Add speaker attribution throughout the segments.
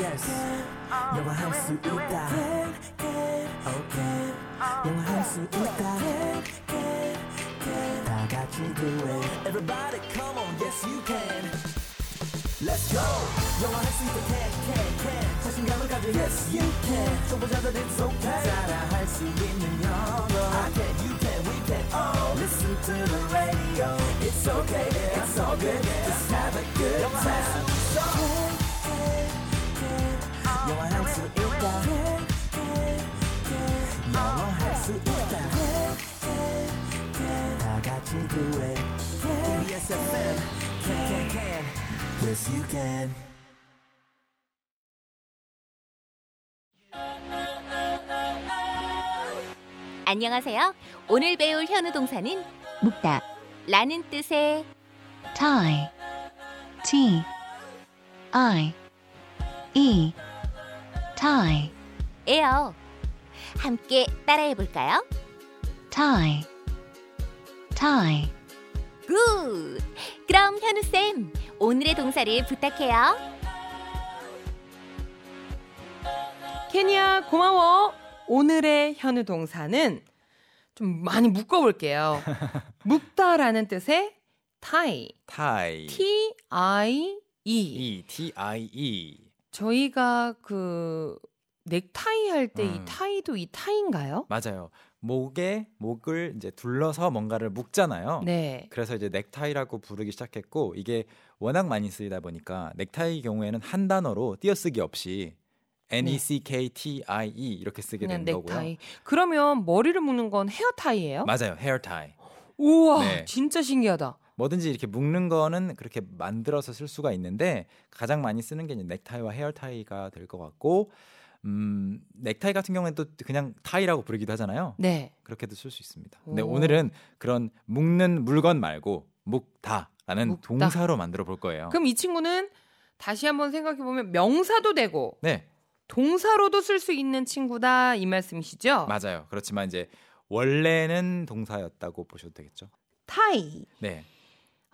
Speaker 1: yes 영화할 수 있다 okay 영화할 수 있다 다 같이 do it everybody come on yes you can Let's go 영화할 수 있다 can can can 자신감을 가져 yes you can 초보자들 it's okay 따라할 수 있는 영어 I can you can we can all listen to the radio it's okay yeah, it's all good just have a good time 영화할 수 있다 영화할 수 있다 다 같이 do it KBS FM can can can yes you can
Speaker 2: 안녕하세요. 오늘 배울 현우 동사는
Speaker 3: 묵다
Speaker 2: 라는 뜻의
Speaker 3: tie t i e tie
Speaker 2: 에요. 함께 따라해 볼까요?
Speaker 3: tie tie
Speaker 2: 굿! 그럼 현우쌤, 오늘의 동사를 부탁해요.
Speaker 4: 케니야 고마워. 오늘의 현우 동사는 좀 많이 묶어볼게요. 묶다라는 뜻의 tie,
Speaker 5: 타이
Speaker 4: t i e.
Speaker 5: E T I E
Speaker 4: 저희가 그 넥타이 할 때 이
Speaker 5: 음.
Speaker 4: 타이도 이 타인가요?
Speaker 5: 맞아요. 목에 목을 이제 둘러서 뭔가를 묶잖아요.
Speaker 4: 네.
Speaker 5: 그래서 이제 넥타이라고 부르기 시작했고 이게 워낙 많이 쓰이다 보니까 넥타이 경우에는 한 단어로 띄어쓰기 없이 N E C K T I E 이렇게 쓰게
Speaker 4: 네. 그냥
Speaker 5: 된 거고요.
Speaker 4: 넥타이. 그러면 머리를 묶는 건 헤어 타이예요?
Speaker 5: 맞아요. 헤어타이.
Speaker 4: 우와,
Speaker 5: 네.
Speaker 4: 진짜 신기하다.
Speaker 5: 뭐든지 이렇게 묶는 거는 그렇게 만들어서 쓸 수가 있는데 가장 많이 쓰는 게 이제 넥타이와 헤어타이가 될 것 같고 음, 넥타이 같은 경우에는 또 그냥 타이라고 부르기도 하잖아요.
Speaker 4: 네.
Speaker 5: 그렇게도 쓸 수 있습니다. 근데
Speaker 4: 오.
Speaker 5: 오. 늘은 그런 묶는 물건 말고 묶다라는
Speaker 4: 묶다.
Speaker 5: 동사로 만들어 볼 거예요.
Speaker 4: 그럼 이 친구는 다시 한번 생각해 보면 명사도 되고
Speaker 5: 네,
Speaker 4: 동사로도 쓸 수 있는 친구다 이 말씀이시죠?
Speaker 5: 맞아요. 그렇지만 이제 원래는 동사였다고 보셔도 되겠죠.
Speaker 4: 타이.
Speaker 5: 네.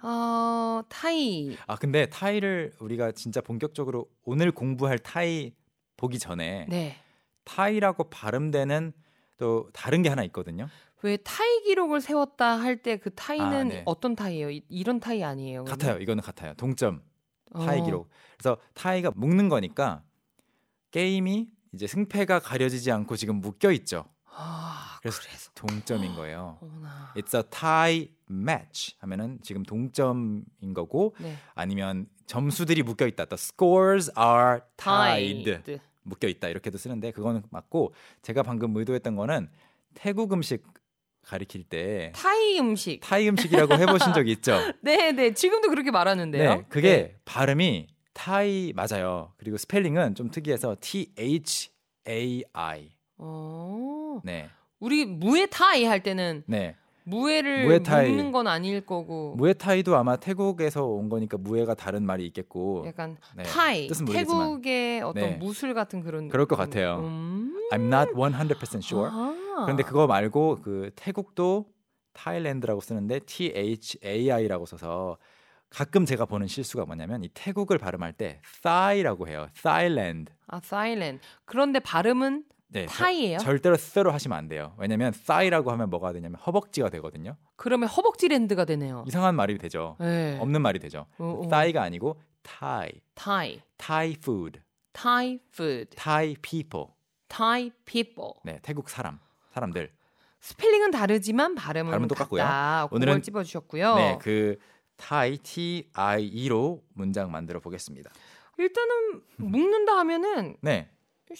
Speaker 4: 어, 타이.
Speaker 5: 아 근데 타이를 우리가 진짜 본격적으로 오늘 공부할 타이 보기 전에
Speaker 4: 네.
Speaker 5: 타이라고 발음되는 또 다른 게 하나 있거든요.
Speaker 4: 왜 타이 기록을 세웠다 할 때 그 타이는
Speaker 5: 아, 네.
Speaker 4: 어떤 타이예요? 이, 이런 타이 아니에요? 그러면?
Speaker 5: 같아요. 이거는 같아요. 동점
Speaker 4: 어.
Speaker 5: 타이 기록. 그래서 타이가 묶는 거니까 게임이 이제 승패가 가려지지 않고 지금 묶여 있죠.
Speaker 4: 아,
Speaker 5: 그래서-
Speaker 4: 그래서.
Speaker 5: 동점인 거예요.
Speaker 4: 어머나.
Speaker 5: It's a tie match 하면은 지금 동점인 거고
Speaker 4: 네.
Speaker 5: 아니면 점수들이 묶여 있다. The scores are tied.
Speaker 4: 타이드. 네.
Speaker 5: 묶여 있다 이렇게도 쓰는데 그거는 맞고 제가 방금 의도했던 거는 태국 음식 가리킬 때
Speaker 4: 타이 음식.
Speaker 5: 타이 음식이라고 해보신 적 있죠?
Speaker 4: 네, 네. 지금도 그렇게 말하는데요.
Speaker 5: 네, 그게 발음이 타이 맞아요. 그리고 스펠링은 좀 특이해서 T H A I.
Speaker 4: 어.
Speaker 5: 네,
Speaker 4: 우리 무에 타이 할 때는
Speaker 5: 네.
Speaker 4: 무에를
Speaker 5: 무에타이.
Speaker 4: 묶는 건 아닐 거고
Speaker 5: 무에타이도 아마 태국에서 온 거니까 무에가 다른 말이 있겠고
Speaker 4: 약간 예,
Speaker 5: 네,
Speaker 4: 타이
Speaker 5: 뜻은 모르겠지만
Speaker 4: 태국의 어떤
Speaker 5: 네.
Speaker 4: 무술 같은 그런
Speaker 5: 그럴 것
Speaker 4: 느낌.
Speaker 5: 같아요.
Speaker 4: 음.
Speaker 5: I'm not 100% sure.
Speaker 4: 아.
Speaker 5: 그런데 그거 말고 그 태국도 타일랜드라고 쓰는데 T H A I라고 써서 가끔 제가 보는 실수가 뭐냐면 이 태국을 발음할 때 thai라고 해요. Thailand.
Speaker 4: 아 사일렌 그런데 발음은
Speaker 5: 네, 저-
Speaker 4: 타이예요?
Speaker 5: 절대로 쓰로 하시면 안 돼요. 왜냐면 thigh라고 하면 뭐가 되냐면 허벅지가 되거든요.
Speaker 4: 그러면 허벅지랜드가 되네요.
Speaker 5: 이상한 말이 되죠.
Speaker 4: 어. 네.
Speaker 5: 없는 말이 되죠.
Speaker 4: 어, 어.
Speaker 5: thigh가 아니고 Thai,
Speaker 4: 타이,
Speaker 5: Thai food,
Speaker 4: 타이 푸드,
Speaker 5: Thai people.
Speaker 4: 타이 피퍼.
Speaker 5: 네, 태국 사람, 사람들.
Speaker 4: 스펠링은 다르지만 발음은,
Speaker 5: 발음은 똑같고요.
Speaker 4: 같다. 오늘은
Speaker 5: 오늘은-
Speaker 4: 그걸 찝어주셨고요.
Speaker 5: 네, 그 Thai T I E로 문장 만들어 보겠습니다.
Speaker 4: 일단은 묶는다 하면은
Speaker 5: 네,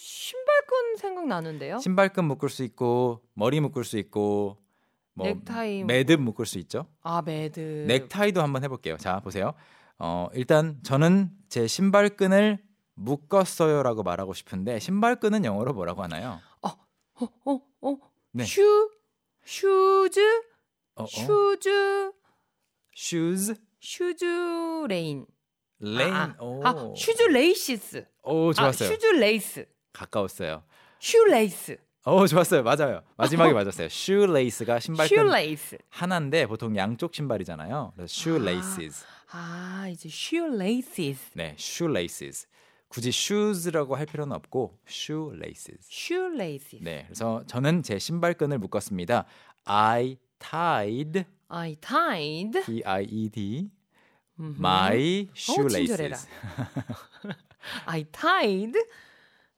Speaker 4: 신발끈 생각 나는데요.
Speaker 5: 신발끈 묶을 수 있고 머리 묶을 수 있고 뭐
Speaker 4: 넥타이.
Speaker 5: 매듭 묶을 수 있죠.
Speaker 4: 아 매듭.
Speaker 5: 넥타이도 한번 해볼게요. 자 보세요. 어, 일단 저는 제 신발끈을 묶었어요라고 말하고 싶은데 신발끈은 영어로 뭐라고 하나요?
Speaker 4: 어, 어, 어.
Speaker 5: 네.
Speaker 4: 슈, 슈즈,
Speaker 5: 어, 어?
Speaker 4: 슈즈,
Speaker 5: shoes
Speaker 4: 슈즈 레인.
Speaker 5: 레인.
Speaker 4: 아,
Speaker 5: 오.
Speaker 4: 아, 슈즈 레이시스.
Speaker 5: 오 좋았어요.
Speaker 4: 아, 슈즈 레이스.
Speaker 5: 가까웠어요.
Speaker 4: 슈 레이스.
Speaker 5: 오 좋았어요. 맞아요. 마지막에 맞았어요. shoelace가 신발끈
Speaker 4: 슈 레이스.
Speaker 5: 하나인데 보통 양쪽 신발이잖아요. 그래서 shoelaces.
Speaker 4: 아 이제 슈 레이시스.
Speaker 5: 네, shoelaces. 굳이 shoes라고 할 필요는 없고 shoelaces.
Speaker 4: shoelaces.
Speaker 5: 네, 그래서 저는 제 신발끈을 묶었습니다. I tied,
Speaker 4: I tied
Speaker 5: T-I-E-D,
Speaker 4: 음흠.
Speaker 5: my
Speaker 4: 어우, 친절해라.
Speaker 5: shoelaces.
Speaker 4: I tied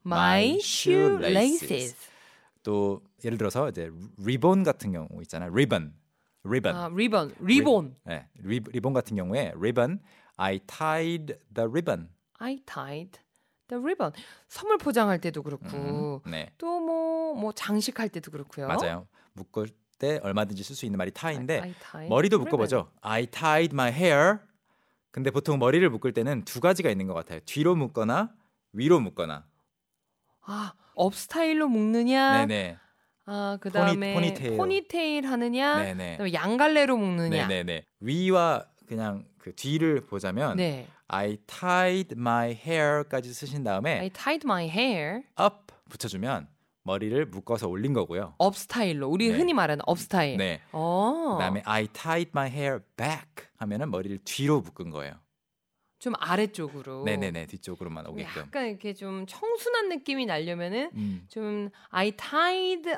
Speaker 5: My
Speaker 4: my
Speaker 5: shoelaces.
Speaker 4: shoelaces.
Speaker 5: 또 예를 들어서 이제 리본 같은 경우 있잖아요. 리본, 리본.
Speaker 4: 아, 리본, 리본.
Speaker 5: 네, 리, 리본 같은 경우에 ribbon, I tied the ribbon.
Speaker 4: I tied the ribbon. 선물 포장할 때도
Speaker 5: 음,
Speaker 4: 그렇고
Speaker 5: 네,
Speaker 4: 또 뭐 뭐 장식할 때도 그렇고요.
Speaker 5: 맞아요. 묶을 때 얼마든지 쓸 수 있는 말이 tie인데
Speaker 4: I tied
Speaker 5: 머리도
Speaker 4: the ribbon.
Speaker 5: 묶어보죠. I tied my hair. 근데 보통 머리를 묶을 때는 두 가지가 있는 것 같아요. 뒤로 묶거나 위로 묶거나.
Speaker 4: 아, 업스타일로 묶느냐?
Speaker 5: 네네.
Speaker 4: 아, 그다음에
Speaker 5: 포니- 포니테일.
Speaker 4: 포니테일 하느냐?
Speaker 5: 네네.
Speaker 4: 그다음에 양갈래로 묶느냐?
Speaker 5: 네네네. 위와 그냥 그 뒤를 보자면
Speaker 4: 네.
Speaker 5: I tied my hair까지 쓰신 다음에
Speaker 4: I tied my hair.
Speaker 5: up 붙여주면 머리를 묶어서 올린 거고요.
Speaker 4: 업스타일로. 우리
Speaker 5: 네.
Speaker 4: 흔히 말하는 업스타일.
Speaker 5: 네.
Speaker 4: 어.
Speaker 5: 그다음에 I tied my hair back 하면은 머리를 뒤로 묶은 거예요.
Speaker 4: 좀 아래쪽으로.
Speaker 5: 네네네 뒤쪽으로만 오게끔.
Speaker 4: 약간 이렇게 좀 청순한 느낌이 나려면은
Speaker 5: 음.
Speaker 4: 좀 I tied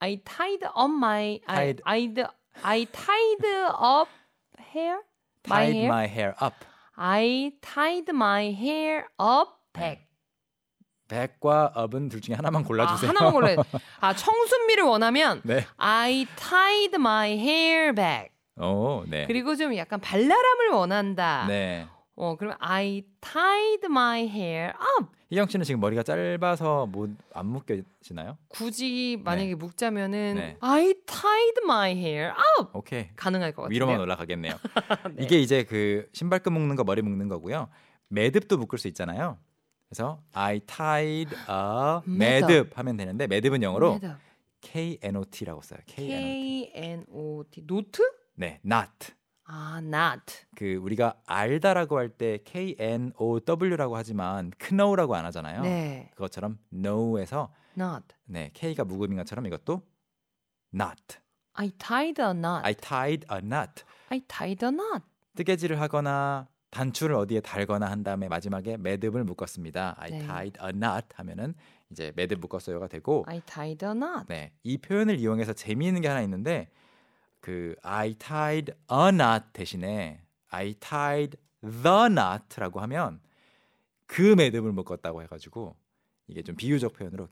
Speaker 4: I tied up my I
Speaker 5: Tied.
Speaker 4: I I tied up hair My
Speaker 5: tied
Speaker 4: hair?
Speaker 5: my hair up.
Speaker 4: I tied my hair up
Speaker 5: 네,
Speaker 4: back.
Speaker 5: back과 up은 둘 중에 하나만 골라주세요.
Speaker 4: 아, 하나만 골라요. 아, 청순미를 원하면
Speaker 5: 네.
Speaker 4: I tied my hair back.
Speaker 5: 오, 네.
Speaker 4: 그리고 좀 약간 발랄함을 원한다.
Speaker 5: 네.
Speaker 4: 어, 그럼 I tied my hair up.
Speaker 5: 희경 씨는 지금 머리가 짧아서 못안 묶여지나요?
Speaker 4: 굳이 만약에 묶자면은
Speaker 5: 네.
Speaker 4: I tied my hair up.
Speaker 5: 오케이.
Speaker 4: 가능할 것 같아요.
Speaker 5: 위로만 올라가겠네요. 이게 이제 그 신발끈 묶는 거 머리 묶는 거고요. 매듭도 묶을 수 있잖아요. 그래서 I tied a
Speaker 4: 매듭.
Speaker 5: 매듭 하면 되는데 매듭은 영어로
Speaker 4: Tied up.
Speaker 5: KNOT라고 써요. KNOT.
Speaker 4: K N O T 노트?
Speaker 5: 네, not.
Speaker 4: 아, not.
Speaker 5: 그 우리가 알다라고 할 때 K N O W라고 하지만 know라고 안 하잖아요.
Speaker 4: 네.
Speaker 5: 그것처럼 know에서
Speaker 4: not.
Speaker 5: 네, K가 무음인 것처럼 이것도 not.
Speaker 4: I tied a knot.
Speaker 5: I tied a knot.
Speaker 4: I tied a knot.
Speaker 5: 뜨개질을 하거나 단추를 어디에 달거나 한 다음에 마지막에 매듭을 묶었습니다. I
Speaker 4: 네.
Speaker 5: tied a knot 하면은 이제 매듭 묶었어요가 되고
Speaker 4: I tied a knot.
Speaker 5: 네. 이 표현을 이용해서 재미있는 게 하나 있는데 그 I tied a knot 대신에 I tied the knot라고 하면 그 매듭을 묶었다고 해 가지고 이게 좀 비유적 표현으로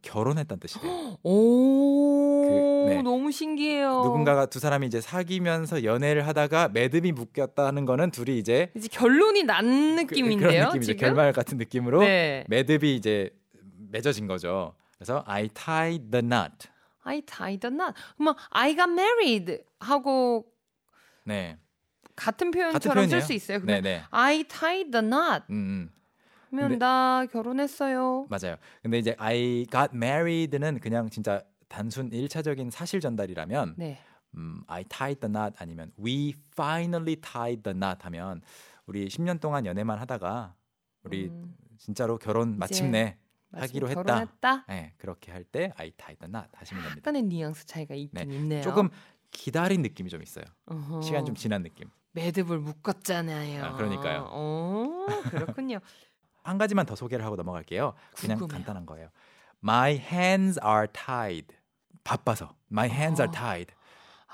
Speaker 5: 결혼했다는 뜻이래요.
Speaker 4: 오,
Speaker 5: 어. 그, 네.
Speaker 4: 너무 신기해요.
Speaker 5: 누군가가 두 사람이 이제 사귀면서 연애를 하다가 매듭이 묶였다는 거는 둘이 이제
Speaker 4: 이제 결론이 난
Speaker 5: 그-
Speaker 4: 느낌인데요.
Speaker 5: 그런 느낌이죠.
Speaker 4: 지금?
Speaker 5: 결말 같은 느낌으로
Speaker 4: 네.
Speaker 5: 매듭이 이제 맺어진 거죠. 그래서 I tied the knot.
Speaker 4: I tied a knot. 그럼 I got married 하고
Speaker 5: 네.
Speaker 4: 같은
Speaker 5: 같은
Speaker 4: 표현처럼 쓸
Speaker 5: 표현이에요.
Speaker 4: 수 있어요.
Speaker 5: 네,
Speaker 4: 그러면
Speaker 5: 네.
Speaker 4: I tied a knot.
Speaker 5: 음, 음.
Speaker 4: 그러면
Speaker 5: 근데-
Speaker 4: 나 결혼했어요.
Speaker 5: 맞아요. 근데 이제 I got married는 그냥 진짜 단순 일차적인 사실 전달이라면
Speaker 4: 네.
Speaker 5: 음, I tied the knot 아니면 We finally tied the knot 하면 우리 10년 동안 연애만 하다가 우리
Speaker 4: 음,
Speaker 5: 진짜로 결혼 마침내 하기로 했다.
Speaker 4: 결혼했다.
Speaker 5: 네, 그렇게 할 때 I tied the knot 하시면 됩니다.
Speaker 4: 약간의 뉘앙스 차이가 있긴 있네요.
Speaker 5: 조금 기다린 느낌이 좀 있어요.
Speaker 4: 어허.
Speaker 5: 시간 좀 지난 느낌.
Speaker 4: 매듭을 묶었잖아요.
Speaker 5: 아, 그러니까요.
Speaker 4: 어, 그렇군요.
Speaker 5: 한 가지만 더 소개를 하고 넘어갈게요. 그냥
Speaker 4: 궁금해요.
Speaker 5: 간단한 거예요. My hands are tied. 바빠서 my hands are
Speaker 4: 어.
Speaker 5: tied.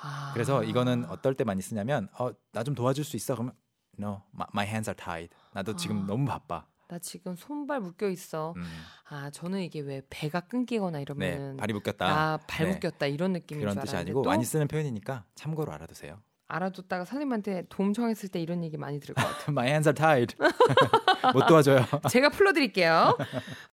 Speaker 4: 아.
Speaker 5: 그래서 이거는 어떨 때 많이 쓰냐면 어 나 좀 도와줄 수 있어 그러면 no my, my hands are tied. 나도 지금
Speaker 4: 아.
Speaker 5: 너무 바빠.
Speaker 4: 나 지금 손발 묶여 있어.
Speaker 5: 음,
Speaker 4: 아, 저는 이게 왜 배가 끊기거나
Speaker 5: 네
Speaker 4: 이러면은
Speaker 5: 발이 묶였다.
Speaker 4: 아, 발
Speaker 5: 네.
Speaker 4: 묶였다 이런 느낌인
Speaker 5: 그런
Speaker 4: 줄
Speaker 5: 뜻이
Speaker 4: 알았는데
Speaker 5: 아니고
Speaker 4: 또
Speaker 5: 많이 쓰는 표현이니까 참고로 알아두세요.
Speaker 4: 알아뒀다가 선생님한테 도움 청했을 때 이런 얘기 많이 들을 것 같아요.
Speaker 5: my hands are tied. 못 도와줘요.
Speaker 4: 제가 풀어드릴게요.